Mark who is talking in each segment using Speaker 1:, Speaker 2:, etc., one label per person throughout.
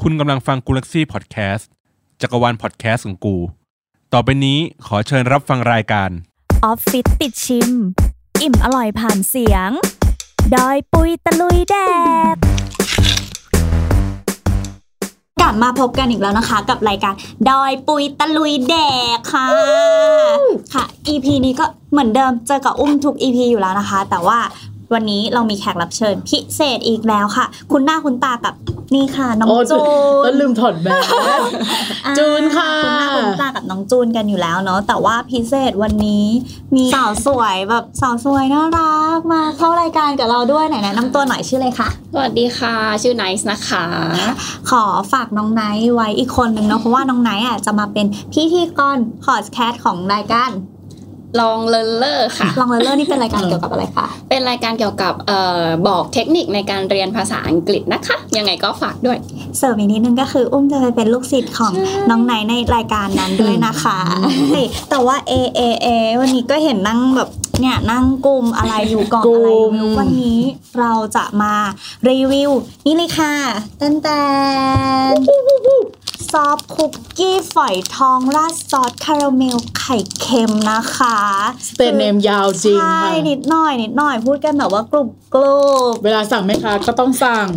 Speaker 1: คุณกำลังฟังกูลักซี่พอดแคสต์จักรวาลพอดแคสต์ของกู ต่อไปนี้ขอเชิญรับฟังรายการ
Speaker 2: ออฟฟิศติดชิม อิ่มอร่อยผ่านเสียง ดอยปุยตะลุยแดด
Speaker 3: กลับมาพบกันอีกแล้วนะคะกับรายการดอยปุยตะลุยแดกค่ะ ค่ะ EP นี้ก็เหมือนเดิมเจอกับอุ้มทุก EP อยู่แล้วนะคะ แต่ว่าวันนี้เรามีแขกรับเชิญพิเศษอีกแล้วค่ะ คุณหน้าคุณตากับนี่ค่ะ น้อง
Speaker 4: โอ้
Speaker 3: จู
Speaker 4: ต้น
Speaker 3: น
Speaker 4: ลืมถอดแมส
Speaker 3: อ่า
Speaker 4: จูนค่ะ
Speaker 3: คุณหน้าคุณตากับน้องจูนกันอยู่แล้วเนาะแต่ว่าพิเศษวันนี้มีสาวสวยแบบสาวสวยน่ารักมาเข้ารายการกับเราด้วยไหนแนะนำตัวหน่อยชื่อเลยค่ะ
Speaker 5: สวัสดีค่ะ ชื่อไนซ์นะคะ
Speaker 3: ขอฝากน้องไนท์ไว้อีกคนหนึ่งเนาะเพราะว่าน้องไนท์อ่ะจะมาเป็นพิธีกรพอดแคสต์ของรายการ
Speaker 5: ลองเลนเลอร์ค่ะ
Speaker 3: ลองเลเลอร์นี่เป็นรายการเกี่ยวกับอะไรคะ
Speaker 5: เป็นรายการเกี่ยวกับเอ่อบอกเทคนิคในการเรียนภาษาอังกฤษนะคะ ยังไงก็ฝากด้วย
Speaker 3: เสริมอีกนิดนึงก็คืออุ้มจะไปเป็นลูกศิษย์ของ
Speaker 5: ใช่
Speaker 3: น้องไนท์ในรายการนั้นด้วยนะคะเฮ้ยแต่ว่าเอเอเอวันนี้ก็เห็นนั่งแบบเนี่ยนั่งกลุ่มอะไรอยู่ก่อน
Speaker 4: กลุ่
Speaker 3: อะ
Speaker 4: ม
Speaker 3: ไรไม่รู้วันนี้เราจะมารีวิวนี่เลยค่ะแตนแตนซอฟต์คุกกี้ฝอยทองราดซอสคาราเมลไข่เค็มนะคะ
Speaker 4: เตนเนมยาวจริง
Speaker 3: ใช่
Speaker 4: ค่ะ
Speaker 3: นิดหน่อยนิดหน่อยพูดกันแบบว่ากรุบกรุบ
Speaker 4: เวลาสั่งแม่ค้าก็ต้องสั่ง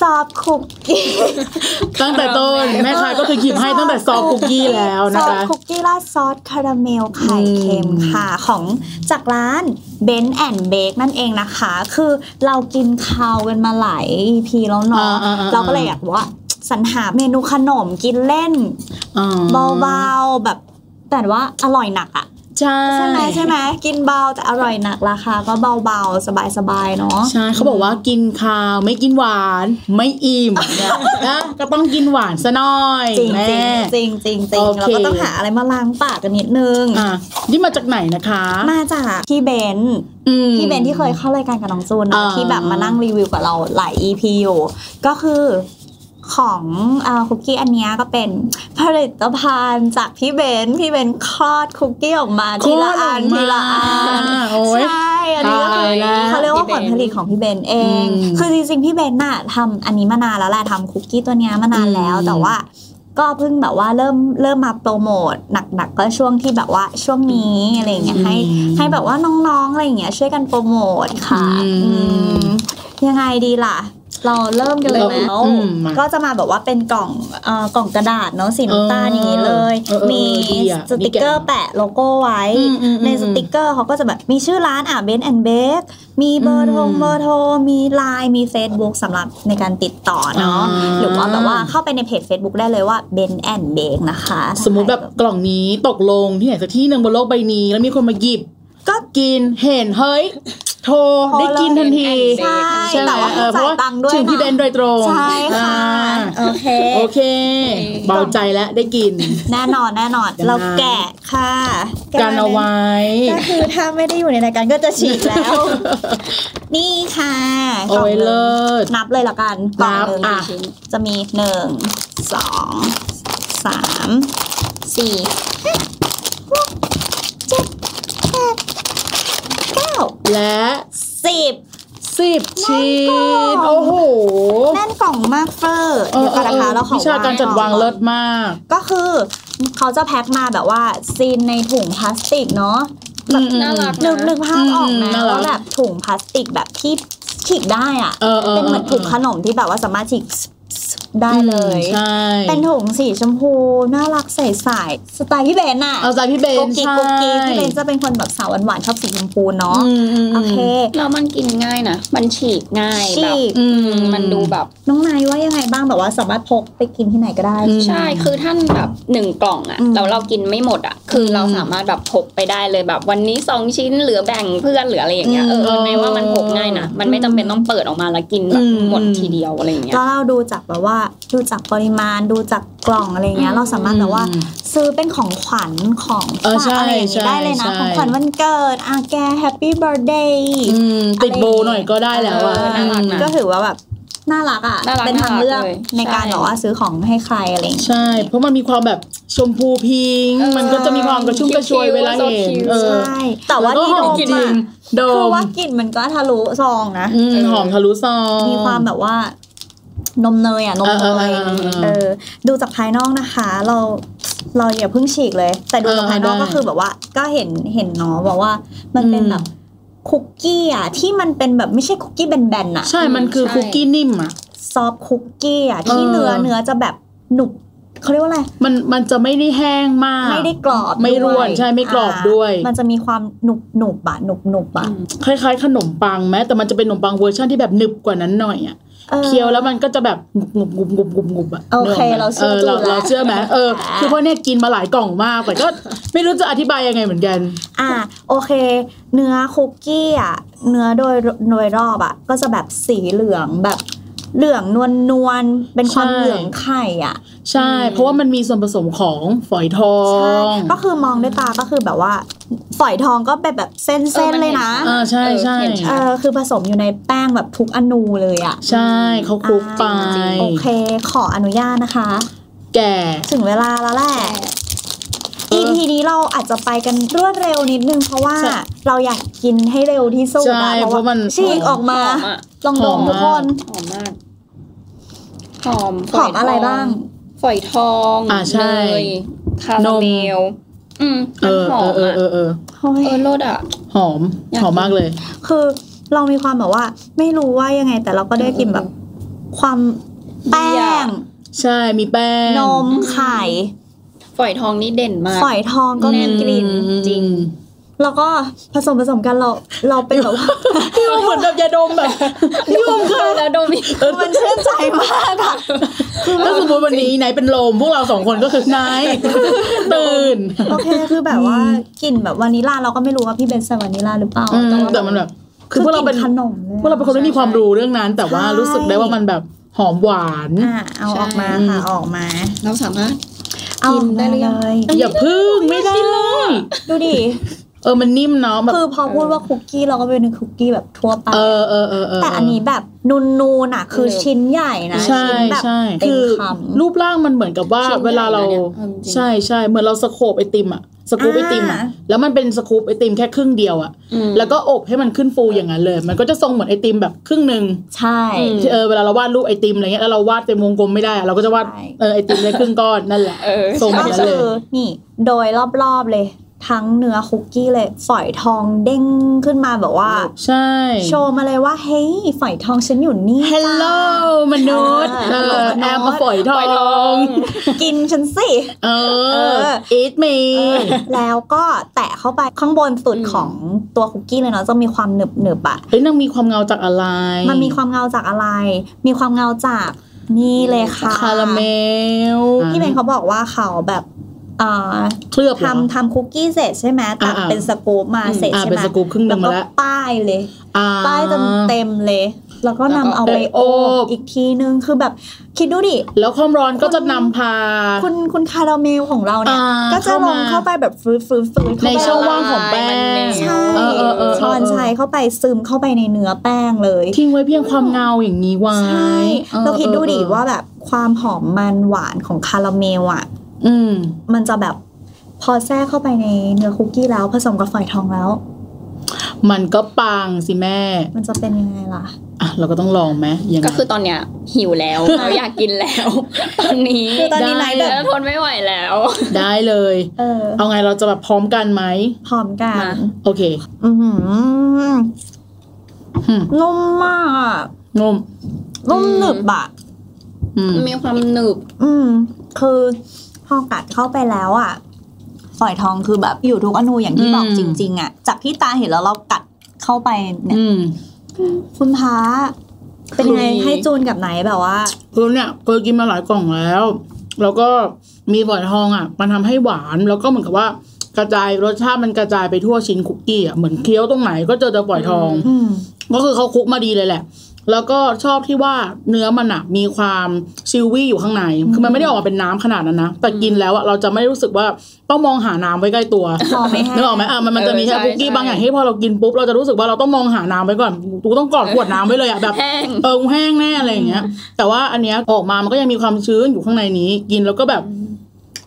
Speaker 3: ซอฟต์คุกกี้
Speaker 4: ตั้งแต่ต้นแม่ค้าก็คือหยิบให้ตั้งแต่ซองคุกกี้แล้วนะ
Speaker 3: ซอฟ
Speaker 4: คะ
Speaker 3: ต์คุกกี้ราดซอสคาราเมลไข่เค็ม
Speaker 4: อืม
Speaker 3: ค่ะของจากร้าน Ben and Bake นั่นเองนะคะ คือเรากินข้าวกันมาหลาย EP แล้ว
Speaker 4: อ่
Speaker 3: เนาะ
Speaker 4: อ่
Speaker 3: เราก็เลยอยากว่าสรรหาเมนูขนมกินเล่น
Speaker 4: อ่
Speaker 3: เบาๆแบบ แต่ว่าอร่อยหนักอะ
Speaker 4: ใช่
Speaker 3: ใช่ไหมใช่ไหมกินเบาแต่อร่อยหนักราคาก็เบาๆสบายๆเนาะ
Speaker 4: ใช่เขาบอกว่ากินข้าวไม่กินหวาน ไม่อิ่ มเนี่ยนะก็ต้องกินหวานซะหน่อย
Speaker 3: จริง
Speaker 4: แม่
Speaker 3: จริงจริงจริง
Speaker 4: โอ
Speaker 3: เรา
Speaker 4: เค
Speaker 3: ก็ต้องหาอะไรมาล้างปากกันนิดนึง
Speaker 4: อ่ะนี่มาจากไหนนะคะ
Speaker 3: มาจากพี่เบนซ์
Speaker 4: อืม
Speaker 3: พี่เบนซ์ที่เคยเข้ารายการกับน้องจูน
Speaker 4: อ่า
Speaker 3: นะที่แบบมานั่งรีวิวกับเราหลาย EP อยู่ก็คือของอ่าคุกกี้อันเนี้ยก็เป็นผลิตภัณฑ์จากพี่เบนซ์พี่เบนซ์คลอดคุกกี้ออกมาทีละอัน
Speaker 4: โคตร
Speaker 3: ทีละอัน
Speaker 4: มาโอ้ย
Speaker 3: ใช่ อันนี้ก็
Speaker 4: ตายแล้
Speaker 3: คือ
Speaker 4: ว
Speaker 3: เขาเรียกว่าผลผลิตของพี่เบนเอง
Speaker 4: อืม
Speaker 3: คือจริงๆ พี่เบนน่ะทำอันนี้มานานแล้วแหละทำคุกกี้ตัวเนี้ยมานานแล้ว
Speaker 4: อืม
Speaker 3: แต่ว่าก็เพิ่งแบบว่าเริ่มเริ่มมาโปรโมทหนักๆ ก็ช่วงที่แบบว่าช่วงนี้อะไรอย่างเงี้ยให้ให้แบบว่าน้องๆ อะไรอย่างเงี้ยช่วยกันโปรโมทค่ะอืมยังไงดีล่ะ เราเริ่มกันเลยไหม
Speaker 4: เราอืมมา
Speaker 3: ก็จะมาแบบว่าเป็นกล่องเอ่อกล่องกระดาษเนาะสีน้ำตาลอย่างนี้เลย
Speaker 4: เออเออเออ
Speaker 3: มี
Speaker 4: ดีอะ
Speaker 3: สติกเกอร์แปะโลโก้ไว้
Speaker 4: อืมอืมอืม
Speaker 3: ในสติกเกอร์เขาก็จะแบบมีชื่อร้านอ่ะเบนแอนเบกมีเบอร์โทร
Speaker 4: อืม
Speaker 3: เบอร์โทรมีไลน์มี Facebook สำหรับในการติดต่อเนาะ
Speaker 4: อ่า
Speaker 3: หรือว่าแบบว่าเข้าไปในเพจ Facebook ได้เลยว่าเบนแอนเบกนะคะ
Speaker 4: สมมุติแบบกล่องนี้ตกลงที่ไหนสักที่หนึ่งบนโลกใบนี้ แล้วมีคนมาหยิบ
Speaker 3: ก็
Speaker 4: กินเห็นเฮ้ย โทร
Speaker 3: โทร
Speaker 4: ได้กินทันที
Speaker 3: ใช่
Speaker 4: ใช่ไหม
Speaker 3: แต่ว่า
Speaker 4: เออเพ
Speaker 3: จ่าย
Speaker 4: ราะว่า
Speaker 3: ตังค์ด้วย
Speaker 4: ถึงพี่เบนโดยตรง
Speaker 3: ใช่ค่ะ
Speaker 4: อ่า
Speaker 3: โอเค
Speaker 4: โอเค เบาใจแล้วได้กิน
Speaker 3: แน่นอนแน่นอน
Speaker 4: เดี๋ยวนะ
Speaker 3: เราแกะค่ะแะ
Speaker 4: กันเอาไว้
Speaker 3: ก็คือถ้าไม่ได้อยู่ในรายการก็จะฉีกแล้ว นี่ค่ะ
Speaker 4: โอ้ยเลิศ
Speaker 3: นับเลยละกันกล่องหนึ่ง
Speaker 4: นับอ่ะ
Speaker 3: จะมีหนึ่งสองสามสี่ห้าหกเจ็ดแปดเก้า
Speaker 4: และ
Speaker 3: สิบ
Speaker 4: สิบชิ้น
Speaker 3: แน่นกล่อง
Speaker 4: โอ้โห
Speaker 3: แน่นกล่องมากเฟอร์
Speaker 4: เอ
Speaker 3: เดี๋
Speaker 4: อ
Speaker 3: ยวก่อนนะคะเราขอ
Speaker 4: วิชาการจัดวางเลิศมาก
Speaker 3: ก็คือเขาจะแพ็คมาแบบว่าซีนในถุงพลาสติกเนาะแบบ
Speaker 5: น่ารัก
Speaker 3: นึกนึ
Speaker 5: นะ
Speaker 3: กภาพออกนะ
Speaker 4: น่ารัก
Speaker 3: ว่าแบบถุงพลาสติกแบบที่ฉีกได้อะ
Speaker 4: เออเออ
Speaker 3: เป็นเหมือนถุงขนมที่แบบว่าสามารถฉีกได้เลย
Speaker 4: ใช่
Speaker 3: เป็นถุงสีชมพูน่ารักใสๆสไตล์พี่เบนอะ
Speaker 4: เอาใจพี่เบน
Speaker 3: กุ๊กกิ๊ก
Speaker 4: ใช่
Speaker 3: กุ๊กกิ๊กพี่เบนจะเป็นคนแบบสาวหวานๆชอบสีชมพูเนาะ
Speaker 4: อืมมม
Speaker 3: โอเค
Speaker 5: แล้วมันกินง่ายนะ มันฉีกง่าย
Speaker 3: ฉี
Speaker 5: แบบ
Speaker 3: ก
Speaker 5: อืมมันดูแบบ
Speaker 3: น้องนายว่ายังไงบ้างแบบว่าสามารถพกไปกินที่ไหนก็ได้
Speaker 4: อืม
Speaker 5: ใช่ คือท่านแบบหนึ่งกล่องอะ
Speaker 3: อืม
Speaker 5: แล้วเรากินไม่หมดอะคืออ
Speaker 4: ม
Speaker 5: เราสามารถแบบพกไปได้เลยแบบ วันนี้สองชิ้นเหลือแบ่งเพื่อนเหลืออะไรอย่างเงี้ย เออ
Speaker 4: อืม
Speaker 5: ในว่ามันพกง่ายนะ มันไม่จำเป็นต้องเปิดออกมาแล้วกินแบ
Speaker 4: อื
Speaker 5: บ
Speaker 4: ม
Speaker 5: หมดทีเดียวอะไรอย่างเงี้ย
Speaker 3: แล้วเราดูจากแบบว่าดูจากปริมาณดูจากกล่องอะไรเงี้ย
Speaker 5: อืม
Speaker 3: เราสามารถแบบว่า
Speaker 4: อืม
Speaker 3: ซื้อเป็นของขวัญของ
Speaker 4: เออ
Speaker 3: ฝากอะไรอย่าง
Speaker 4: ใช่
Speaker 3: งี้ได้เลยนะ
Speaker 4: ใช่
Speaker 3: ของขวัญวันเกิดอาแกแฮปปี้เบิร์ดเดย์
Speaker 4: อืมติดโบหน่อยก็ได้แล้วอะ
Speaker 5: เออน่ารักนะ
Speaker 3: ก็ถือว่าแบบน่ารักอ่ะ
Speaker 5: น่ารัก
Speaker 3: เป็นทางเลือก
Speaker 5: น่ารักเลย
Speaker 3: ในการ
Speaker 5: ใช่
Speaker 3: แบบว่าซื้อของให้ใครอะไรอย่างเงี้ย
Speaker 4: ใช่ เพราะมันมีความแบบชมพูพิงค์
Speaker 5: เออ
Speaker 4: มันก็จะมีความกระชุ่มกระชวยเวลาเห็น
Speaker 5: คิ้วๆ
Speaker 4: เออ
Speaker 3: ใช่ แต่ว่า
Speaker 4: ล้ก็
Speaker 3: ที่
Speaker 4: ห
Speaker 3: ด
Speaker 4: อ
Speaker 3: ม
Speaker 4: มจริ
Speaker 3: อะ
Speaker 4: งโด
Speaker 3: คือ
Speaker 4: ม
Speaker 3: ว่ากลิ่นมันก็ทะลุซองนะ
Speaker 4: อืมหอมทะลุซอง
Speaker 3: มีความแบบว่า นมเนยอ่ะนม
Speaker 4: เออ
Speaker 3: เน
Speaker 4: เออเอย อเออ
Speaker 3: เออดูจากภายนอกนะคะ เราเราอย่าเพิ่งฉีกเลย แต่ดูจากภายนอก
Speaker 4: เออได้
Speaker 3: ก็คือแบบว่า ก็เห็นเห็นเนาะบอกว่ามันเป็น
Speaker 4: อืม
Speaker 3: แบบคุกกี้อ่ะที่มันเป็นแบบไม่ใช่คุกกี้แบนๆอ่ะ
Speaker 4: ใช่มันคือ
Speaker 5: ใช่
Speaker 4: คุกกี้นิ่มอ่ะ
Speaker 3: ซอฟต์คุกกี้อ่ะที่
Speaker 4: เออ
Speaker 3: เนื้อเนื้อจะแบบหนุบเขาเรียกว่าอะไร
Speaker 4: มันมันจะไม่ได้แห้งมาก
Speaker 3: ไม่ได้กรอบ
Speaker 4: ไม่ร่วน
Speaker 3: ด้ย
Speaker 4: ใช่ไม่กรอบด้วย
Speaker 3: อ่ามันจะมีความหนุบหนุบๆอะหนุบหนุบๆอะ
Speaker 4: คล้ายๆ ขนมปังแม้แต่มันจะเป็นขนมปังเวอร์ชันที่แบบหนึบกว่านั้นหน่อยอ่ะ
Speaker 3: ออ
Speaker 4: เคี้ยวแล้วมันก็จะแบบงุบงุบงุบงุบงุบอ่ะ
Speaker 3: โอเค
Speaker 4: นึกกไหม
Speaker 3: เราเชื่อ
Speaker 4: อเรา
Speaker 3: จุละ
Speaker 4: เราเชื่อไหมเออ
Speaker 3: ค่ะ
Speaker 4: คือเพราะเนี่ยกินมาหลายกล่องมากแต่ก็ไม่รู้จะอธิบายยังไงเหมือนกัน
Speaker 3: อ่ะโอเค เนื้อคุกกี้อ่ะเนื้อโดยโดยรอบอ่ะก็จะแบบสีเหลืองแบบเหลืองนวลนวลๆเป็นความ
Speaker 4: ใช่
Speaker 3: เหลืองไข่อ่ะ
Speaker 4: ใช่ เพราะว่ามันมีส่วนผสมของฝอยทอ
Speaker 3: ใช่
Speaker 4: ง
Speaker 3: ก็คือมองด้วยตาก็คือแบบว่า ฝอยทองก็เป็นแบบเส้น
Speaker 5: เออ
Speaker 3: ๆ
Speaker 5: มันเห็น
Speaker 3: เลยนะ
Speaker 4: อ่าใช่ใช่
Speaker 5: เออเห็นชัด
Speaker 3: เออคือผสมอยู่ในแป้งแบบทุกอนูเลยอ่ะ
Speaker 4: ใช่เขาคลุกไป
Speaker 3: โอเค ขออนุญาตนะคะ
Speaker 4: แก่
Speaker 3: ถึงเวลาแล้วแหละ
Speaker 4: เออ
Speaker 3: EP นี้เราอาจจะไปกันรวดเร็วนิดนึง เพราะว่า
Speaker 4: ใช่
Speaker 3: เราอยากกินให้เร็วที่สุด
Speaker 4: ใช่
Speaker 3: อะ
Speaker 4: เพราะมัน
Speaker 3: ฉีกออกมา
Speaker 5: หอมอะ
Speaker 3: ลองดมทุกคน
Speaker 5: หอมมากหอม
Speaker 3: หอมอะไรบ้าง
Speaker 5: ฝอยทอง
Speaker 4: อ่าใช่
Speaker 5: เนยคาราเมลอืม
Speaker 4: เอ
Speaker 5: มัน
Speaker 4: อ
Speaker 5: หอ
Speaker 4: เออเออ
Speaker 5: มอะ
Speaker 4: เออเออ
Speaker 3: เฮ้ย
Speaker 5: เออรสอ่ะ
Speaker 4: หอม
Speaker 5: อยากกิน
Speaker 4: หอมมากเลย
Speaker 3: คือเรามีความแบบว่า ไม่รู้ว่ายังไง แต่เราก็ได้กลินแบบ ความแป้
Speaker 5: เบีย
Speaker 3: ง
Speaker 5: ร์
Speaker 4: ใช่มีแป้ง
Speaker 3: นมไข่
Speaker 5: ฝอยทองนี่เด่นมาก
Speaker 3: ฝอยทองก็มีกลิ่น
Speaker 4: อืม
Speaker 5: จริง
Speaker 3: แล้วก็ผสมผสมกันเรา เราเป็นแบบว่า
Speaker 4: พี่ว่าเหมือนแบบยาดมแบบพี่ว่า
Speaker 5: เออแล้วดมอีก
Speaker 3: มันชื่นใจมากอะ
Speaker 4: ถ้าสมมติวันนี้ไหนเป็นลมพวกเราสองคนก็คือไหนตื่น
Speaker 3: โอเคคือแบบว่ากลิ่นแบบวานิลลาเราก็ไม่รู้ว่าพี่เบนซ์ใส่วานิลลาหรือเปล่า
Speaker 4: อืม
Speaker 3: ว่า
Speaker 4: แต่มันแบบ คือพวกเราเป็น
Speaker 3: ขนม
Speaker 4: พวกเราเป็นคนไม่มีความรู้เรื่องนั้น แต่ว่ารู้สึกได้ว่ามันแบบหอมหวาน
Speaker 3: อ่ะเอาออกมา
Speaker 4: ใช่
Speaker 3: ค่ะเอาออกมา
Speaker 5: เราสามารถ
Speaker 3: เอาออก
Speaker 5: กินได้
Speaker 3: มา
Speaker 5: หรือยั
Speaker 3: เล
Speaker 5: ง
Speaker 3: ย
Speaker 4: อย่าพึ่งไม่ได้
Speaker 3: ดูดิ
Speaker 4: เออมันนิ่มเนาะแบบ
Speaker 3: คือพอพูดว่าคุกกี้เราก็เป็นกคุกกี้แบบทั่วไป
Speaker 4: เออเออเออเออ
Speaker 3: แต่อันนี้แบบนูนๆน่ะ คือ
Speaker 5: เออ
Speaker 3: ชิ้นใหญ่นะ
Speaker 4: ใช่
Speaker 3: ชิ้นแบบ
Speaker 4: ใช่
Speaker 3: เต็ม
Speaker 4: คือ
Speaker 3: คำ
Speaker 4: รูปร่างมันเหมือนกับว่า
Speaker 5: ชิ้นใหญ่
Speaker 4: เวลาเรา
Speaker 5: เนี่ยเอาจริง
Speaker 4: ใช่ใช่เหมือนเราสโคบไอติมอะสกูปไอติมอะ
Speaker 3: อ่า
Speaker 4: แล้วมันเป็นสกูปไอติมแค่ครึ่งเดียวอะ
Speaker 5: อืม
Speaker 4: แล้วก็อบให้มันขึ้นฟูอย่างนั้นเลย มันก็จะทรงเหมือนไอติมแบบครึ่งหนึ่ง
Speaker 3: ใช่
Speaker 5: อืม
Speaker 4: เออเวลาเราวาดรูปไอติมอะไรเงี้ยแล้วเราวาดเป็นวงกลมไม่ได้อะเราก็จะวาด
Speaker 3: ใช่
Speaker 4: เออไอติมได้ครึ่งก้อนนั่นแหละ
Speaker 5: เออ
Speaker 4: ทรง
Speaker 3: ก็
Speaker 4: แบบนั้น
Speaker 3: คื
Speaker 4: เลย
Speaker 3: อนี่โดยรอบๆเลย ทั้งเนื้อคุกกี้เลยฝอยทองเด้งขึ้นมาแบบว่า
Speaker 4: ใช่
Speaker 3: โชว์มาเลยว่า เฮ้ยฝอยทองฉันอยู่นี่
Speaker 4: ฮัลโหล
Speaker 3: จ้
Speaker 4: มนุษย์เออแอมมาฝอยท
Speaker 5: ฝ
Speaker 4: อ
Speaker 5: อยทอง ง
Speaker 3: ากินฉันสิ
Speaker 4: เอ
Speaker 3: เออ
Speaker 4: อ eat me
Speaker 3: แล้วก็แตะเข้าไปข้างบนสุด
Speaker 5: อืม
Speaker 3: ของตัวคุกกี้เลยเนาะจะมีความหนึบหนึบๆอะ
Speaker 4: เฮ้ยนางมีความเงาจากอะไร
Speaker 3: มันมีความเงาจากอะไร มีความเงาจากนี่เลยค่ะ
Speaker 4: คาราเมล
Speaker 3: พี่เบนเขาบอกว่าเขาแบบเอ่อ
Speaker 4: เคลือบเหรอ
Speaker 3: ทำทำคุกกี้เสร็จใช่ไหมตัก
Speaker 4: อ่าๆ
Speaker 3: เป็นสกู๊ปมาเสร็จ
Speaker 4: อ่า
Speaker 3: ใช่
Speaker 4: เป็น
Speaker 3: ไหม
Speaker 4: สกู๊ปครึ่งห
Speaker 3: แล้ว
Speaker 4: นึ่
Speaker 3: ก็
Speaker 4: งมาแล้ว
Speaker 3: ป้ายเลย
Speaker 4: อ่
Speaker 3: ป้ายจนเต็มเลย แล้วก็นำเอาไปโอบอีกทีนึงคือแบบคิดดูดิ
Speaker 4: แล้วความร้อนก็จะนำพา
Speaker 3: คุณคุณคาราเมลของเราเนี่ย
Speaker 4: อ่า
Speaker 3: ก็จะลง
Speaker 4: เข้ามา
Speaker 3: เข้าไปแบบฟื้นฟื้นฟื้นเข้า
Speaker 4: ใน
Speaker 3: ไป
Speaker 4: ช่องว่างของแป้ง
Speaker 5: มันเหนียว
Speaker 3: ใช่
Speaker 4: เออเออเออ
Speaker 3: ช้อนชัยเข้าไปซึมเข้าไปในเนื้อแป้งเลย
Speaker 4: ทิ้งไว้เพียงความเงาอย่างนี้ไว้
Speaker 3: ใช่
Speaker 4: ออ
Speaker 3: เราคิดดูดิ
Speaker 4: เออ
Speaker 3: ว่าแบบความหอมมันหวานของคาราเมลอ่ะ
Speaker 4: อืม
Speaker 3: มันจะแบบพอแทรกเข้าไปในเนื้อคุกกี้แล้วผสมกับฝอยทองแล้ว
Speaker 4: มันก็ปังสิแม่
Speaker 3: มันจะเป็นยังไงล่ะ
Speaker 4: อ่ะ เราก็ต้องลองไหมยัง ไง
Speaker 5: ก็คือตอนเนี้ยหิวแล้ว เราอยากกินแล้ว ตอนนี้
Speaker 3: คือตอนนี้
Speaker 4: ได้
Speaker 3: ไลฟ์แบบ
Speaker 5: แล้วทนไม่ไหวแล้ว
Speaker 4: ได้เลย
Speaker 3: เออ
Speaker 4: เอาไงเราจะแบบพร้อมกันไหม
Speaker 3: พร้อมกัน
Speaker 5: มา
Speaker 4: โอเค
Speaker 3: อือหือ
Speaker 4: อืม
Speaker 3: นุ่มมากอะ
Speaker 4: งม
Speaker 3: นุ่มหนึบอะ
Speaker 4: อืม
Speaker 5: มีความหนึบ
Speaker 3: อืม คือพอกัดเข้าไปแล้วอะฝอยทองคือแบบอยู่ทุกอนูอย่างที่บอกจริง ๆอะจากที่ตาเห็นแล้วเรากัดเข้าไปเนี่ย
Speaker 4: อืม
Speaker 3: คุณพ้าเป็นไง
Speaker 5: คือ
Speaker 3: ให้จูนกับไหนแบบว่า
Speaker 4: คือเนี่ยเคยกินมาหลายกล่องแล้ว แล้วก็มีฝอยทองอ่ะ มันทำให้หวาน แล้วก็เหมือนกับว่า กระจายรสชาติมันกระจายไปทั่วชิ้นคุกกี้อ่ะ เหมือนเคี้ยวตรงไหนก็เจอแต่ฝอยทอง
Speaker 3: อืม
Speaker 4: ก็คือเขาคลุกมาดีเลยแหละ แล้วก็ชอบที่ว่าเนื้อมันอะมีความซิลวี่อยู่ข้างใน คือมันไม่ได้ออกมาเป็นน้ำขนาดนั้นนะ แต่กินแล้วอะเราจะไม่รู้สึกว่าต้องมองหาน้ำไว้ใกล้ตัว
Speaker 3: มองไม่เห็น
Speaker 4: นึกออกไหมอ่ะมันมันจะมีแค่
Speaker 5: เออใช่
Speaker 4: คุกกี้
Speaker 5: ใช่
Speaker 4: บางอย่างที่พอเรากินปุ๊บเราจะรู้สึกว่าเราต้องมองหาน้ำไว้ก่อน กูต้องกอดขวดน้ำไว้เลยอะแบบ
Speaker 5: แห้ง
Speaker 4: เออกูแห้งแน่อะไรอย่างเงี้ย แต่ว่าอันเนี้ยออกมา มันก็ยังมีความชื้นอยู่ข้างในนี้ กินแล้วก็แบบ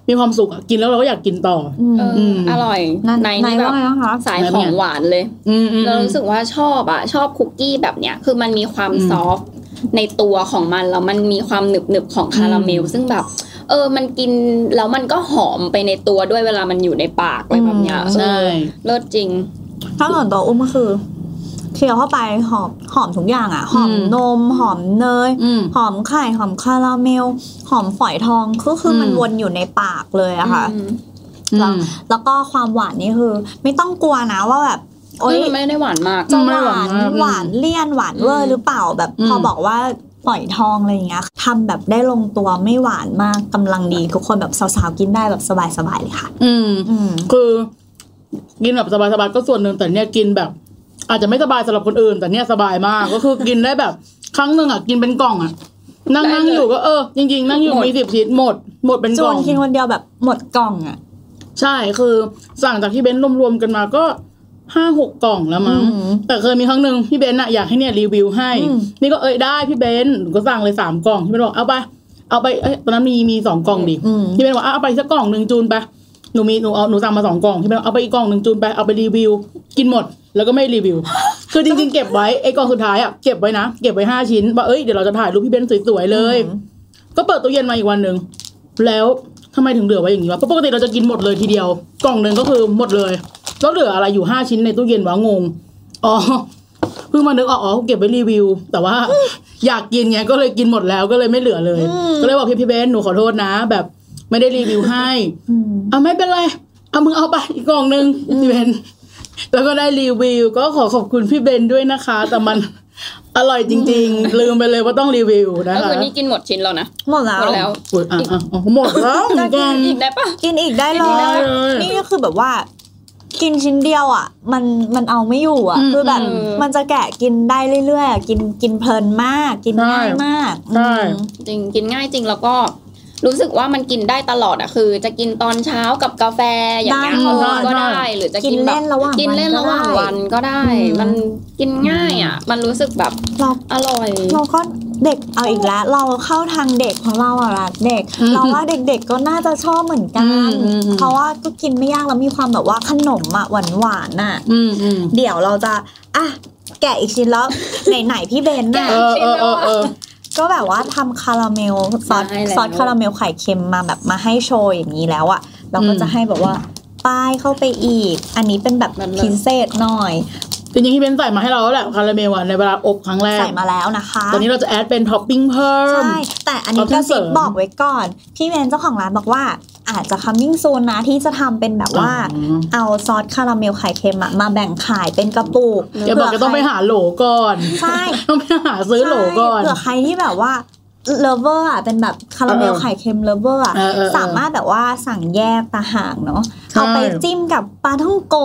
Speaker 4: มีความสุขอะกินแล้วเราก็อยากกินต่อ
Speaker 3: อืม
Speaker 5: เออออร่อย
Speaker 3: นั่น
Speaker 5: ใน
Speaker 3: ไหน
Speaker 5: นี่แบ
Speaker 3: ว่า
Speaker 5: บ
Speaker 3: ไงบ้างคะ
Speaker 5: สายของหวานเลย
Speaker 4: อืมอืม
Speaker 5: เรารู้สึกว่าชอบอ่ะ ชอบคุกกี้แบบเนี้ย คือมันมีความ
Speaker 4: อืม
Speaker 5: ซอฟต์ ในตัวของมันแล้วมันมีความหนึบหนึบๆของคาราเมล ซึ่งแบบ เออมันกินแล้วมันก็หอมไปในตัวด้วยเวลามันอยู่ในปากอะไรแบบเนี้ย
Speaker 4: ใช่
Speaker 5: เออเลิศจริง
Speaker 3: ถ้าส่วนตัวอุ้มก็คือเคี้ยวเข้าไปหอมหอมทุกอย่างอ่ะ หอม
Speaker 4: อืม
Speaker 3: นม หอมเนย
Speaker 4: อืม
Speaker 3: หอมไข่หอมคาราเมล หอมฝอยทองก็คืออ
Speaker 4: ม
Speaker 3: มันวนอยู่ในปากเลยอะค่ะ
Speaker 5: อืม
Speaker 4: อืม
Speaker 3: แล้วก็ความหวานนี่คือ ไม่ต้องกลัวนะว่าแบบโอ๊ย
Speaker 5: เออมันไม่ได้หวานมาก
Speaker 3: จะ
Speaker 4: ไม่หวาว
Speaker 3: หาน น
Speaker 4: มาก
Speaker 3: หวานเลี่ยนหวานเวอ
Speaker 5: อื
Speaker 3: ร์
Speaker 5: ม
Speaker 3: หรือเปล่าแบบ
Speaker 4: อืม
Speaker 3: พอบอกว่าฝอยทองอะไรอย่างเงี้ยทำแบบได้ลงตัวไม่หวานมากกำลังดีทุกคนแบบสาวๆกินได้แบบสบายๆเลยค่ะ
Speaker 4: อืม
Speaker 3: อืม
Speaker 4: คือกินแบบสบายๆก็ส่วนหนึ่งแต่เนี่ยกินแบบ อาจจะไม่สบายสำหรับคนอื่น แต่เนี่ยสบายมาก ก็คือกินได้แบบ ครั้งหนึ่งอ่ะกินเป็นกล่องอ่ะ นั่ง
Speaker 5: ได้
Speaker 4: นั่ง
Speaker 5: เลย
Speaker 4: อยู่ก็เออจริงๆนั่งอยู่
Speaker 5: หมด
Speaker 4: มีสิบชิ้นหมด หมดเป็นก
Speaker 3: จู
Speaker 4: ล่อน ง
Speaker 3: กินคนเดียวแบบหมดกล่องอ่ะ
Speaker 4: ใช่คือสั่งจากที่เบนซ์รวมๆกันมาก็ห้าหกกล่องแล้วมั้ง
Speaker 3: อืม
Speaker 4: แต่เคยมีครั้งหนึ่งพี่เบนซ์อะอยากให้เนี่ยรีวิวให้
Speaker 3: อืม
Speaker 4: นี่ก็เอ้ยได้พี่เบนซ์หนูก็สั่งเลยสามกล่องพี่เบนซ์บอกเอาไป เอาไปเอ้ยตอนนั้นมีมีสองกล่องดิ
Speaker 3: อืม
Speaker 4: พี่เบนบอกอ่ะเอาไปสักกล่องหนึ่งจูนไป หนูมีหนูเอาหนูสั่งมาสองกล่องพี่เบนบอกเอาไปอีกกล่องหนึ่งจูนไปเอาไปรีวิว กินหมดแล้วก็ไม่รีวิว คือจริงๆเก็บไว้ไอ้กล่องสุดท้ายอ่ะเก็บไว้นะเก็บไว้ห้าชิ้นว่าเอ้ยเดี๋ยวเราจะถ่ายรูปพี่เบนสวยๆเลย ก็เปิดตู้เย็นมาอีกวันหนึ่งแล้วทำไมถึงเหลือไว้อย่างนี้วะเพราะปกติเราจะกินหมดเลยทีเดียว กล่องหนึ่งก็คือหมดเลยแล้วเหลืออะไรอยู่ห้าชิ้นในตู้เย็นวะงงอ๋อเพิ่งมานึกออกอ๋อเก็บไว้รีวิว แต่ว่า อยากกินไงก็เลยกินหมดแล้วก็เลยไม่เหลือเลย
Speaker 3: อืม
Speaker 4: ก็เลยบอกพี่พี่เบนหนูขอโทษนะ แบบไม่ได้รีวิวให้
Speaker 3: อืม
Speaker 4: อ่ะไม่เป็นไรเอามึงเอาไปอีกกล่องหนึ่งพี่เบนแล้วก็ได้รีวิว ก็ขอขอบคุณพี่เบนด้วยนะคะ แต่มัน อร่อยจริง ๆ ลืมไปเลยว่าต้องรีวิวนะ
Speaker 5: ก็
Speaker 4: คะ
Speaker 5: คือนี่กินหมดชิ้นแล้วนะ
Speaker 3: หมดแล้
Speaker 5: หม
Speaker 3: ว
Speaker 5: ดแล้ว
Speaker 4: อุ๊ยอ่ะอ่ะอ่ะหมดแล้วเหมือนกัน
Speaker 5: อีกได้ปะ
Speaker 3: กินอีกได้เล
Speaker 5: กินอีกได้
Speaker 3: ย
Speaker 5: เลย
Speaker 3: นี่ก็คือแบบว่า กินชิ้นเดียวอ่ะ มันมันเอาไม่อยู่อ่ะ
Speaker 4: อืม
Speaker 3: คือแบบ
Speaker 5: อืม
Speaker 3: มันจะแกะกินได้เรื่อยๆอ่ะกินกินเพลินมาก กินง่ายมากอื
Speaker 4: ใช่
Speaker 3: ม
Speaker 5: จริงกินง่ายจริงแล้วก็รู้สึกว่ามันกินได้ตลอดอะคือ จะกินตอนเช้ากับกาแฟอย่างเงี้ย
Speaker 3: ได้
Speaker 5: เออก็
Speaker 4: ได้
Speaker 5: ได้ หรือจะกิน
Speaker 3: กิน
Speaker 5: แบ
Speaker 3: เล่
Speaker 5: บ
Speaker 3: นระหว่าง
Speaker 5: กินเล่นระหว่างวันก็ได้
Speaker 3: อืม
Speaker 5: มันกินง่ายอะมันรู้สึกแบบ
Speaker 3: เรา
Speaker 5: อร่อย
Speaker 3: เราก็เด็กเอาอีกแล้ว เราเข้าทางเด็กของเราอ่ะล่ะเด็ก
Speaker 4: อืม
Speaker 3: เราว่าเด็กๆก็น่าจะชอบเหมือนกั
Speaker 4: อื
Speaker 3: น
Speaker 4: มอืมอืม
Speaker 3: เพราะว่าก็กินไม่ยากแล้วมีความแบบว่าขนมอ่ะหวานๆน่ะ
Speaker 4: อืมอืม
Speaker 3: เดี๋ยวเราจะ อ่ะ แกะอีกชิ้นแล้ว ไหนๆพี่เบนน่ะ
Speaker 4: เออเออเออเออ
Speaker 3: ก็แบบว่าทำคาราเมลซอส
Speaker 5: ได้แล้ว
Speaker 3: ซอสคาราเมลไข่เค็มมาแบบมาให้โชว์อย่างนี้แล้วอะเราก็
Speaker 4: อืม
Speaker 3: จะให้แบบว่า ป้ายเข้าไปอีก อันนี้เป็นแบบพิเศษหน่อย
Speaker 4: จริงๆพี่เบนใส่มาให้เราแล้วแหละคาราเมลอะในเวลาอบครั้งแรก
Speaker 3: ใส่มาแล้วนะคะ
Speaker 4: ตอนนี้เราจะแอดเป็นท็อปปิ้งเพิ่ม
Speaker 3: ใช่แต่อันนี้
Speaker 4: เอาขึ้
Speaker 3: ก็
Speaker 4: นเสริ
Speaker 3: ซิ
Speaker 4: ม
Speaker 3: บบอกไว้ก่อน พี่เบนเจ้าของร้านบอกว่า อาจจะคัมมิ่งโซนนะที่จะทำเป็นแบบว่า
Speaker 4: อ๋อ
Speaker 3: เอาซอสคาราเมลไข่เค็มอะมาแบ่งขายเป็นกระปุก
Speaker 4: แกบอกแกต้องไปหาโหลก่อน
Speaker 3: ใช่
Speaker 4: ต้องไปหาซื้อโหลก่อน
Speaker 3: ใช่เผื่อใครที่แบบว่าเลเวอร์อ่ะเป็นแบบคาราเมล
Speaker 4: เออ
Speaker 3: ไข่เค็มเลเวอร์อ่ะ
Speaker 4: เออเออเออ
Speaker 3: สามารถแบบว่าสั่งแยกตาห่างเนาะ
Speaker 4: ใช่
Speaker 3: เอาไปจิ้มกับปลาท่องโก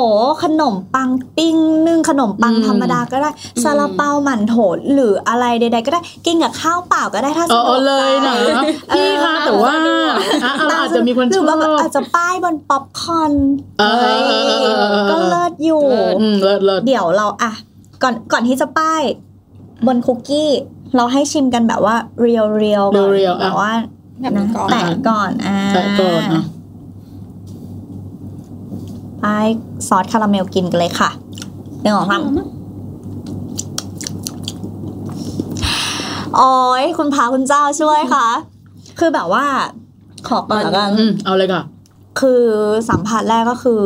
Speaker 3: ขนมปังปิ้งนึ่งขนมปัง
Speaker 4: อืม
Speaker 3: ธรรมดาก็ได้ซาลาเปาหมั่นโถหรืออะไรใด ๆ ก็ได้กินกับข้าวเปล่าก็ได้ถ้าสะดวก
Speaker 4: เออเออเลยนะ
Speaker 3: ใจเออ
Speaker 4: พี่คะแต่ว่าอ่ะอ่ะอาจจะมีคน
Speaker 3: หรือว่าแบบ
Speaker 4: ชอบ
Speaker 3: อาจจะป้ายบนป๊อปคอร์น
Speaker 4: เออเออเออเออเออเออ
Speaker 3: ก็เลิศอยู่
Speaker 5: เลิศ
Speaker 4: อืมเลิศเลิศ
Speaker 3: เดี๋ยวเราอะก่อนก่อนที่จะป้าย บนคุกกี้ เราให้ชิมกันแบบว่าเรียวเรียวๆก่อน
Speaker 4: เรียวๆ
Speaker 3: แบ
Speaker 4: อ่ะ
Speaker 3: บว่า
Speaker 5: แบบ
Speaker 3: นะ
Speaker 5: นี้ก่อน
Speaker 3: แตะก่อนอ่า
Speaker 4: แต่ก่อนอ่ะ
Speaker 3: ป้ายซอสคาราเมลกินกันเลยค่ะหนึ่งสองสามโอ้ยคุณพาคุณเจ้าช่วยค่ะ คือแบบว่า ขอก่อนแล้วกัน
Speaker 4: อืมเอาเลยค่ะ
Speaker 3: คือสัมผัสแรกก็คือ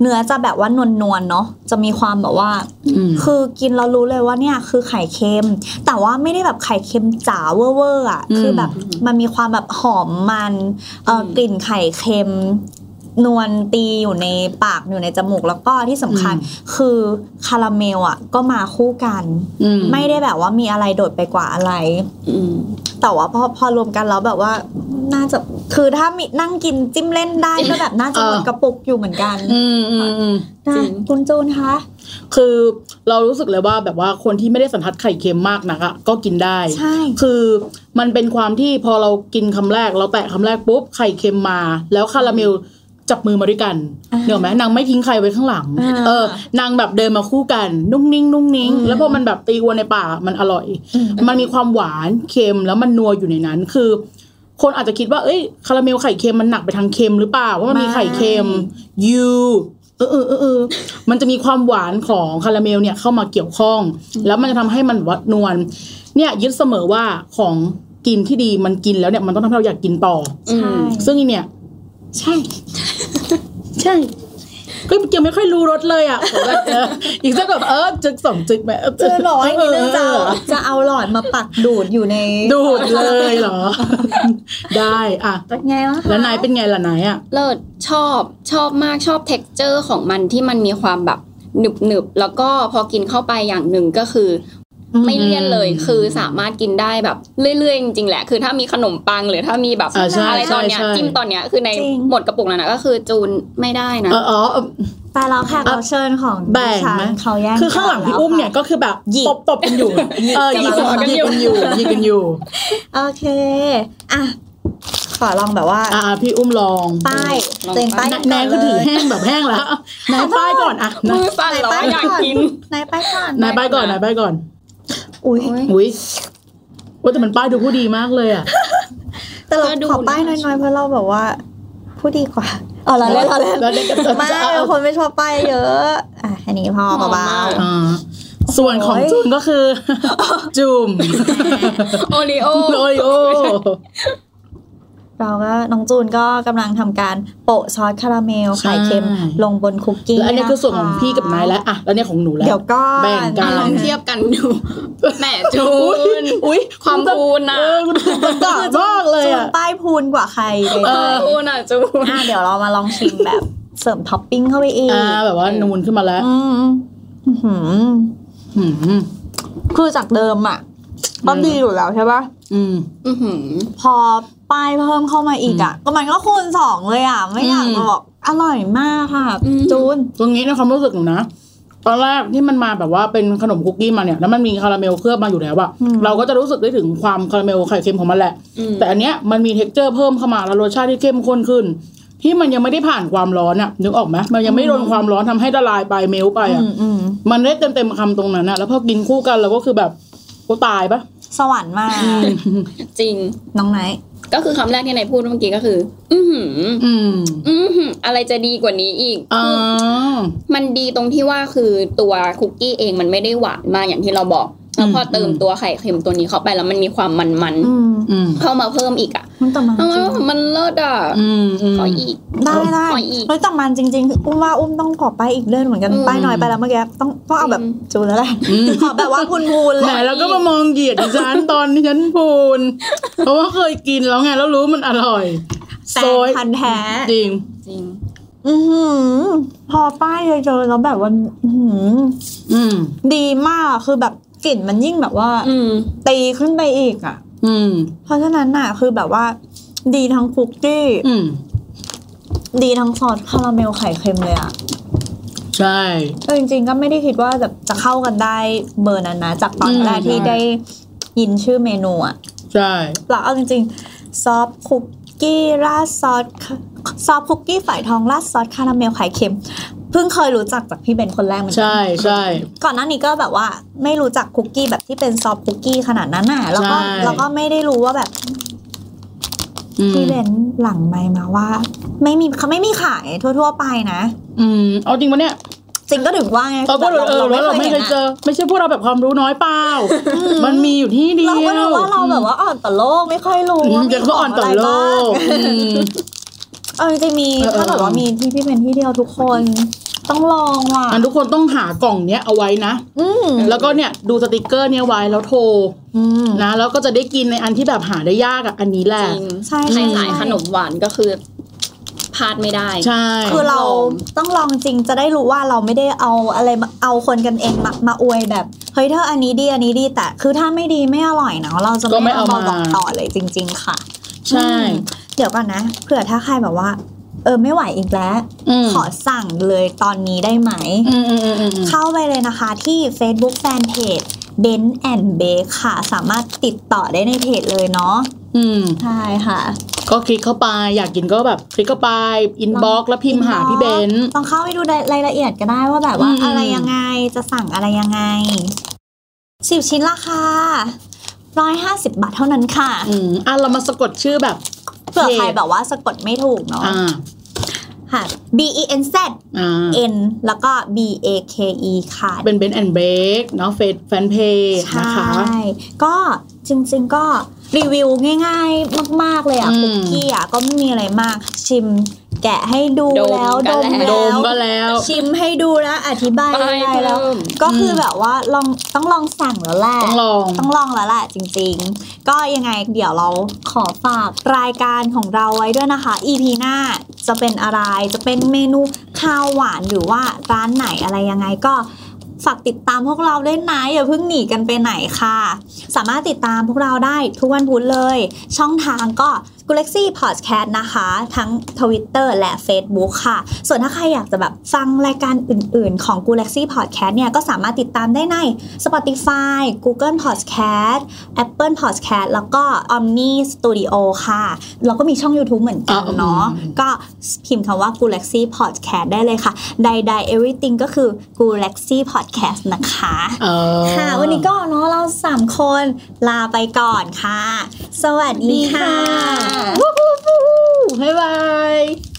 Speaker 3: เนื้อจะแบบว่านวลนวลๆเนาะจะมีความแบบว่า
Speaker 4: อืม
Speaker 3: คือกินเรารู้เลยว่าเนี่ยคือไข่เค็ม แต่ว่าไม่ได้แบบไข่เค็มจ๋าเวอร์เวอร์อ่ะ
Speaker 4: อืม
Speaker 3: คือแบบมันมีความแบบหอมมันเอออกลิ่นไข่เค็ม นวลตีอยู่ในปากอยู่ในจมูกแล้วก็ที่สำคัญ คือคาราเมลอ่ะก็มาคู่กัน
Speaker 4: อืม
Speaker 3: ไม่ได้แบบว่ามีอะไรโดดไปกว่าอะไร
Speaker 5: อืม
Speaker 3: แต่ว่าพอพอรวมกันแล้วแบบว่าน่าจะคือถ้ามีนั่งกินจิ้มเล่นได้ก็แบบน่าจะหมดกระปุกอยู่เหมือนกัน
Speaker 4: อืมอืมอืม
Speaker 5: จริ
Speaker 3: นะ
Speaker 5: ง
Speaker 3: คุณจูนคะ
Speaker 4: คือเรารู้สึกเลยว่าแบบว่าคนที่ไม่ได้สันทัดไข่เค็มมากนักอ่ะก็กินได้
Speaker 3: ใช่
Speaker 4: คือมันเป็นความที่พอเรากินคำแรก เราแตะคำแรกปุ๊บไข่เค็มมา แล้วคาราเมลจับมือมาด้วยกัน
Speaker 3: อ่า
Speaker 4: เดี๋ยวไหมนางไม่ทิ้งใครไว้ข้างหลัง
Speaker 3: อ่า
Speaker 4: เออนางแบบเดินมาคู่กันนุ่งนิ่งนุ่งนิ่ง
Speaker 3: อืม
Speaker 4: แล้วพอมันแบบตีอวนในปากมันอร่อย
Speaker 3: อืม
Speaker 4: มันมีความหวานเค็มแล้วมันนัวอยู่ในนั้น คือ คนอาจจะคิดว่าเอ้ยคาราเมลไข่เค็มมันหนักไปทางเค็มหรือเปล่าว่ามันมี
Speaker 3: ไม่
Speaker 4: ไข่เค็มยูเออเออเออเออมันจะมีความหวานของคาราเมลเนี่ยเข้ามาเกี่ยวข้อง แล้วมันจะทำให้มันแบบว่านวล เนี่ยยึดเสมอว่าของกินที่ดีมันกินแล้วเนี่ยมันต้องทำให้เราอยากกินต่อ
Speaker 5: อืม
Speaker 4: ซึ่งอีเนี่ย ใช่ ใช่ ก็ยังไม่ค่อยรู้รสเลย อ่ะผมแบบเอออีกสักแบบเออจึกสองจึกไหม
Speaker 3: เจอหรอไอ้นี่เรื่องจะเอาจะเอาหลอดมาปักดูดอยู่ใน
Speaker 4: ดูดเลยเหรอ ได้อ่ะ
Speaker 3: เป็นไงล่ะคะ
Speaker 4: แล้วนายเป็นไงล่ะนายอ่ะ
Speaker 5: เลิศชอบชอบมากชอบเท็กเจอร์ของมันที่มันมีความแบบหนึบหนึบๆแล้วก็พอกินเข้าไปอย่างหนึ่งก็คืออ
Speaker 3: ม
Speaker 5: ไม่เลี่ยนเลยคือสามารถกินได้แบบเรื่อยๆจริงๆแหละ คือถ้ามีขนมปังหรือถ้ามีแบบ
Speaker 4: อ่าใช่
Speaker 5: อะไรตอนเนี้ย
Speaker 4: ใช่ใช่
Speaker 5: จิ้มตอนเนี้ยคือใน
Speaker 3: จริง
Speaker 5: หมดกระปุกแล้วนะก็คือจูนไม่ได้นะ
Speaker 4: เอออ๋อเออ
Speaker 3: ไปแล้วค่ะเราเชิญของ
Speaker 4: แบ่ง
Speaker 3: ดิฉัน
Speaker 4: ไหม
Speaker 3: เขาแย่ง
Speaker 4: คือข้างหลังพี่อุ้มเนี่ยก็คือแบบ
Speaker 3: หยิ
Speaker 4: ต
Speaker 3: บบ
Speaker 4: ตบกันอยู่เออหยิบหัวกันอยู่หยิบกันอยู่
Speaker 3: โอเค อ่ะ ขอลองแบบว่า
Speaker 4: อ่าพี่อุ้มลอง
Speaker 3: ป้าย
Speaker 5: ลอง
Speaker 3: เต็นป้าย
Speaker 4: แนนก็ถือแห้งแบบแห้งแล้วนายป้ายก่อนอ่ะ
Speaker 5: มื
Speaker 4: นาย
Speaker 5: อสั่นเหรออยากกิน
Speaker 3: นายป้ายก่อน
Speaker 4: นายป้ายก่อนนายป้ายก่อน
Speaker 3: อุ้ย
Speaker 5: โอ๊ย
Speaker 4: อุ้ยว่าแต่มันป้ายดูผู้ดีมากเลยอ่ะ
Speaker 3: แต่เรา
Speaker 5: ก็ดู
Speaker 3: ขอป้าย
Speaker 5: นะ
Speaker 3: น้อยๆเพราะเราแบบว่า ผู้ดีกว่าอ๋อเราเล่นเราเล่น
Speaker 4: เราเล่นกัน
Speaker 3: ไม่
Speaker 4: จะเอา
Speaker 3: เป็นคนไม่ชอบป้ายเยอะอ่ะอันนี้พอ
Speaker 5: หอม
Speaker 3: เบาม
Speaker 5: าก
Speaker 4: อ่าส่วนของจูนก็ คือ จุ่ม
Speaker 5: โอริ โอ
Speaker 4: โอริโอ
Speaker 3: ๆเราก็น้องจูนก็กำลังทำการโปะซอสคาราเมลไข่เค็มลงบนคุกกี้
Speaker 4: แล้วอันเนี้ยคือส่วนของพี่กับนายแล้วอ่ะแล้วเนี่ยของหนูแล้ว
Speaker 3: เดี๋ยวก็
Speaker 4: แบ่งกั
Speaker 5: อ่ะลองเทียบกัน ดูแหมจูน
Speaker 4: อุ้ย
Speaker 5: ความคูณน่ะ
Speaker 4: เออคุณตอบมากเลย
Speaker 3: จูน
Speaker 4: อ่ะ
Speaker 3: ป้ายพูนกว่าใครเลย
Speaker 5: ค
Speaker 4: เอ
Speaker 5: วามคูณอ่ะจูน
Speaker 3: อ่ะเดี๋ยวเรามาลองชิมแบบ เสริมท็อปปิ้งเข้าไปอีก
Speaker 4: อ่าแบบว่านูนขึ้นมาแล้ว
Speaker 3: อืมอื้อหือ
Speaker 4: อืม
Speaker 3: คือจากเดิมอ่ะก็
Speaker 4: อืม
Speaker 3: ดีอยู่แล้วใช่ปะ
Speaker 4: อืม
Speaker 5: อือหือ
Speaker 3: พอป้ายเพิ่มเข้ามาอีกอ่ะ ก็มันก็คูณสองเลยอ่ะ ไม่อยาก
Speaker 4: อืม
Speaker 3: บอกอร่อยมากค่ะ
Speaker 5: อืม
Speaker 3: จูน
Speaker 4: ตรงนี้ในความรู้สึกหนูนะตอนแรกที่มันมาแบบว่าเป็นขนมคุกกี้มาเนี่ยแล้วมันมีคาราเมลเคลือบมาอยู่แล้วอะ
Speaker 3: อืม
Speaker 4: เราก็จะรู้สึกได้ถึงความคาราเมลไข่เค็มของมันแหละ
Speaker 5: อืม
Speaker 4: แต่อันเนี้ยมันมีเท็กเจอร์เพิ่มเข้ามาแล้วรสชาติที่เข้มข้นขึ้น ที่มันยังไม่ได้ผ่านความร้อนอะนึกออกไหมมันยังไม่โดนความร้อนทำให้ละลายไปเมลไปอะ
Speaker 3: อืมอืม
Speaker 4: มันได้เต็มเต็มๆคำตรงนั้นอะแล้วพอกินคู่กันเราก็คือแบบกูตายปะ
Speaker 3: สวรรค์มาก
Speaker 5: จริง
Speaker 3: น้องไนท์
Speaker 5: ก็คือคำแรกที่นายพูดเมื่อกี้ก็คือ อือหือ
Speaker 4: อืม
Speaker 5: อือหือ อะไรจะดีกว่านี้อีก
Speaker 4: อ่า
Speaker 5: มันดีตรงที่ว่าคือตัวคุกกี้เองมันไม่ได้หวานมากอย่างที่เราบอก แล้วพอเติมตัวไข่เค็มตัวนี้เข้าไปแล้วมันมีความมัน
Speaker 3: อืม
Speaker 4: อืม
Speaker 5: ๆ เข้ามาเพิ่มอีกอ่ะ
Speaker 3: มันต่อมาจ
Speaker 5: เอา
Speaker 3: ริง
Speaker 5: ว่ามันเลิศอ่ะ
Speaker 4: อืมอืม
Speaker 5: ขออีก
Speaker 3: ได้ได้
Speaker 5: ขออีก
Speaker 3: เฮ้ยต่อมาจริงๆอุ้มว่าอุ้มต้องขอป้ายอีกเรื่องเหมือนกัน
Speaker 5: อืม
Speaker 3: ป้ายน้อยไปแล้วเมื่อกี้ต้องต้องเอาแบบ
Speaker 5: อืม
Speaker 3: จูนแล้วแหละ
Speaker 4: อืม
Speaker 3: ขอแบบว่าพูนๆเล
Speaker 4: แหม
Speaker 3: ย
Speaker 4: แล้วก็มามองเหยียดดิฉัน ตอนที่ฉันพูน เพราะว่าเคยกินแล้วไงแล้วรู้มันอร่อย
Speaker 3: แตงพันธุ์แท้
Speaker 4: จริง
Speaker 5: จริง
Speaker 3: อือหือพอป้ายเจอแล้วแบบมันอื้อหือ
Speaker 4: อืม
Speaker 3: ดีมากอะคือแบบกลิ่นมันยิ่งแบบว่า
Speaker 5: อืม
Speaker 3: ตีขึ้นไปอีกอ่ะ
Speaker 4: อืม
Speaker 3: เพราะฉะนั้นน่ะ คือแบบว่า ดีทั้งคุกกี้
Speaker 4: อืม
Speaker 3: ดีทั้งซอสคาราเมลไข่เค็มเลยอ่ะ
Speaker 4: ใช่
Speaker 3: เออจริงๆก็ไม่ได้คิดว่าแบบจะเข้ากันได้เบอร์นั้นนะ จากตอน
Speaker 4: อืม
Speaker 3: แรกที่
Speaker 4: ใช่
Speaker 3: ได้ยินชื่อเมนูอ่ะ
Speaker 4: ใช่
Speaker 3: เราเอาจริงๆ ซอฟคุกกี้ราดซอสซอฟคุกกี้ฝายทองราดซอสคาราเมลไข่เค็ม เพิ่งเคยรู้จักจากพี่เบนคนแรกเหมือนกัน
Speaker 4: ใช่ใช่
Speaker 3: ก่อนหน้านี้ก็แบบว่าไม่รู้จักคุกกี้แบบที่เป็นซอฟต์คุกกี้ขนาดนั้นน่ะ แล้วก็
Speaker 4: ใช่
Speaker 3: แล้วก็ไม่ได้รู้ว่าแบบ
Speaker 4: อืม
Speaker 3: พี่เลนหลังไมค์มาว่า ไม่มีเขาไม่มีขายทั่ว ๆ ไปนะ
Speaker 4: อืม เอาจริงปะเนี่ย
Speaker 3: จริงก็ถึงว่าไง
Speaker 4: เอาก็เออเออแล้วเราไม่เคย
Speaker 3: ะ
Speaker 4: เจอ ไม่ใช่พวกเราแบบความรู้น้อยเปล่า มันมีอยู่ที่เดียว
Speaker 3: เราก็รู้ว่าเราแบบว่าอ่อนต่อโลกไม่ค่อยรู้
Speaker 4: อืม
Speaker 3: ว่ามี
Speaker 4: เดี๋ยวเขาอ่อนต่อโล
Speaker 3: ข
Speaker 4: ก
Speaker 3: องอะไรบ้าง
Speaker 4: อืม
Speaker 3: เออจริงๆมี
Speaker 4: เออเออ
Speaker 3: ถ้าแบบว่ามีที่พี่เป็นที่เดียวทุกคน ต้องลองว่ะ
Speaker 4: อันทุกคนต้องหากล่องเนี้ยเอาไว้นะ
Speaker 3: อืม
Speaker 4: แล้วก็เนี่ยดูสติกเกอร์เนี้ยไว้แล้วโทร
Speaker 3: อืม
Speaker 4: นะแล้วก็จะได้กินในอันที่แบบหาได้ยากอ่ะอันนี้แห
Speaker 5: จ
Speaker 4: ละ
Speaker 5: ริง
Speaker 3: ใช่
Speaker 5: ใน
Speaker 3: ใช่
Speaker 5: สายขนมหวานก็คือพลาดไม่ได้
Speaker 4: ใช่
Speaker 3: คือเราต้องลองจริงจะได้รู้ว่าเราไม่ได้เอาอะไรมาเอาคนกันเองมามาอวยแบบเฮ้ยเธออันนี้ดีอันนี้ดีแต่คือถ้าไม่ดีไม่อร่อยนะเราจะ
Speaker 4: ก็ไม่
Speaker 3: ไม่เอา
Speaker 4: เอา
Speaker 3: มา
Speaker 4: มา
Speaker 3: บอกต่อเลยจริง ๆ ค่ะอื
Speaker 4: ใช่
Speaker 3: มเดี๋ยวก่อนนะเผื่อถ้าใครแบบว่า เออไม่ไหวอีกแล้ว
Speaker 4: ม
Speaker 3: ขอสั่งเลยตอนนี้ได้ไหม
Speaker 4: อืมอืมอืมอืม
Speaker 3: เข้าไปเลยนะคะที่ Facebook Fanpage b e n and Bake ค่ะ สามารถติดต่อได้ในเพจเลยเนาะ
Speaker 4: อืม
Speaker 3: ใช่ค่ะ
Speaker 4: ก็คลิกเข้าไปอยากกินก็แบบคลิกเข้าไปอินบ็อกแล้วพิมพ์หาพี่เบนซ์
Speaker 3: ต้องเข้าไปดูรายละเอียดก็ได้ว่าแบบว่า
Speaker 4: อืม
Speaker 3: อะไรยังไงจะสั่งอะไรยังไงสิบชิ้นราคาร้อยห้าสิบบาทเท่านั้นค่ะ
Speaker 4: อืมอ่ะเรามาสะกดชื่อแบบ
Speaker 3: เผื่อใครแบบว่าสะกดไม่ถูกเนาะ
Speaker 4: อ่า
Speaker 3: ค่ะ B E N Z
Speaker 4: อ่า
Speaker 3: N แล้วก็ B A K E ค่ะ
Speaker 4: เป็นเบนแอนเบกเนาะเฟซแฟนเพจ
Speaker 3: ใช
Speaker 4: นะคะ
Speaker 3: ่ ก็จริงๆก็รีวิวง่ายๆมากๆเลยอ่ะ
Speaker 4: อืม
Speaker 3: คุกกี้อ่ะก็ไม่มีอะไรมาก ชิมแกะให้ดู
Speaker 5: ดม
Speaker 3: แล้ว
Speaker 5: กั
Speaker 3: ด
Speaker 5: น
Speaker 3: ม
Speaker 5: แล้ว
Speaker 4: โด
Speaker 3: แล้
Speaker 4: ม
Speaker 3: ว
Speaker 4: ก็แล้ว
Speaker 3: ชิมให้ดูแล้วอธิบาย
Speaker 5: ไป
Speaker 3: อะไร
Speaker 5: เพิ
Speaker 3: แล้ว
Speaker 5: ่ม
Speaker 3: ก็คืออ
Speaker 4: ม
Speaker 3: แบบว่าลองต้องลองสั่งแล้วแหละ
Speaker 4: ต้องลอง
Speaker 3: ต้องลองแล้วแหละจริงๆ ก็ยังไงเดี๋ยวเราขอฝากรายการของเราไว้ด้วยนะคะ EP หน้าจะเป็นอะไร จะเป็นเมนูข้าวหวานหรือว่าร้านไหนอะไรยังไงก็ฝากติดตามพวกเราด้วยนะอย่าเพิ่งหนีกันไปไหนค่ะ สามารถติดตามพวกเราได้ทุกวันพุธเลย ช่องทางก็ g a l a x y Podcast นะคะ ทั้ง Twitter และ Facebook ค่ะ ส่วนถ้าใครอยากจะแบบฟังรายการอื่นๆ ของ g a l a x y Podcast เนี่ยก็สามารถติดตามได้ใน Spotify Google Podcast Apple Podcast แล้วก็ Omni Studio ค่ะ แล้วก็มีช่อง YouTube เหมือนกัน
Speaker 4: อ่า
Speaker 3: เนาะ
Speaker 4: อืม
Speaker 3: ก็พิมพ์คำว่า g a l a x y Podcast ได้เลยค่ะ ใดๆ everything ก็คือ g a l a x y Podcast นะคะ
Speaker 4: เออ
Speaker 3: ค่ะ วันนี้ก็เนาะเราสามคนลาไปก่อนค่ะ สวัสดีค่ะ
Speaker 4: วู้ฮู้ฮู้ฮู้บ๊ายบาย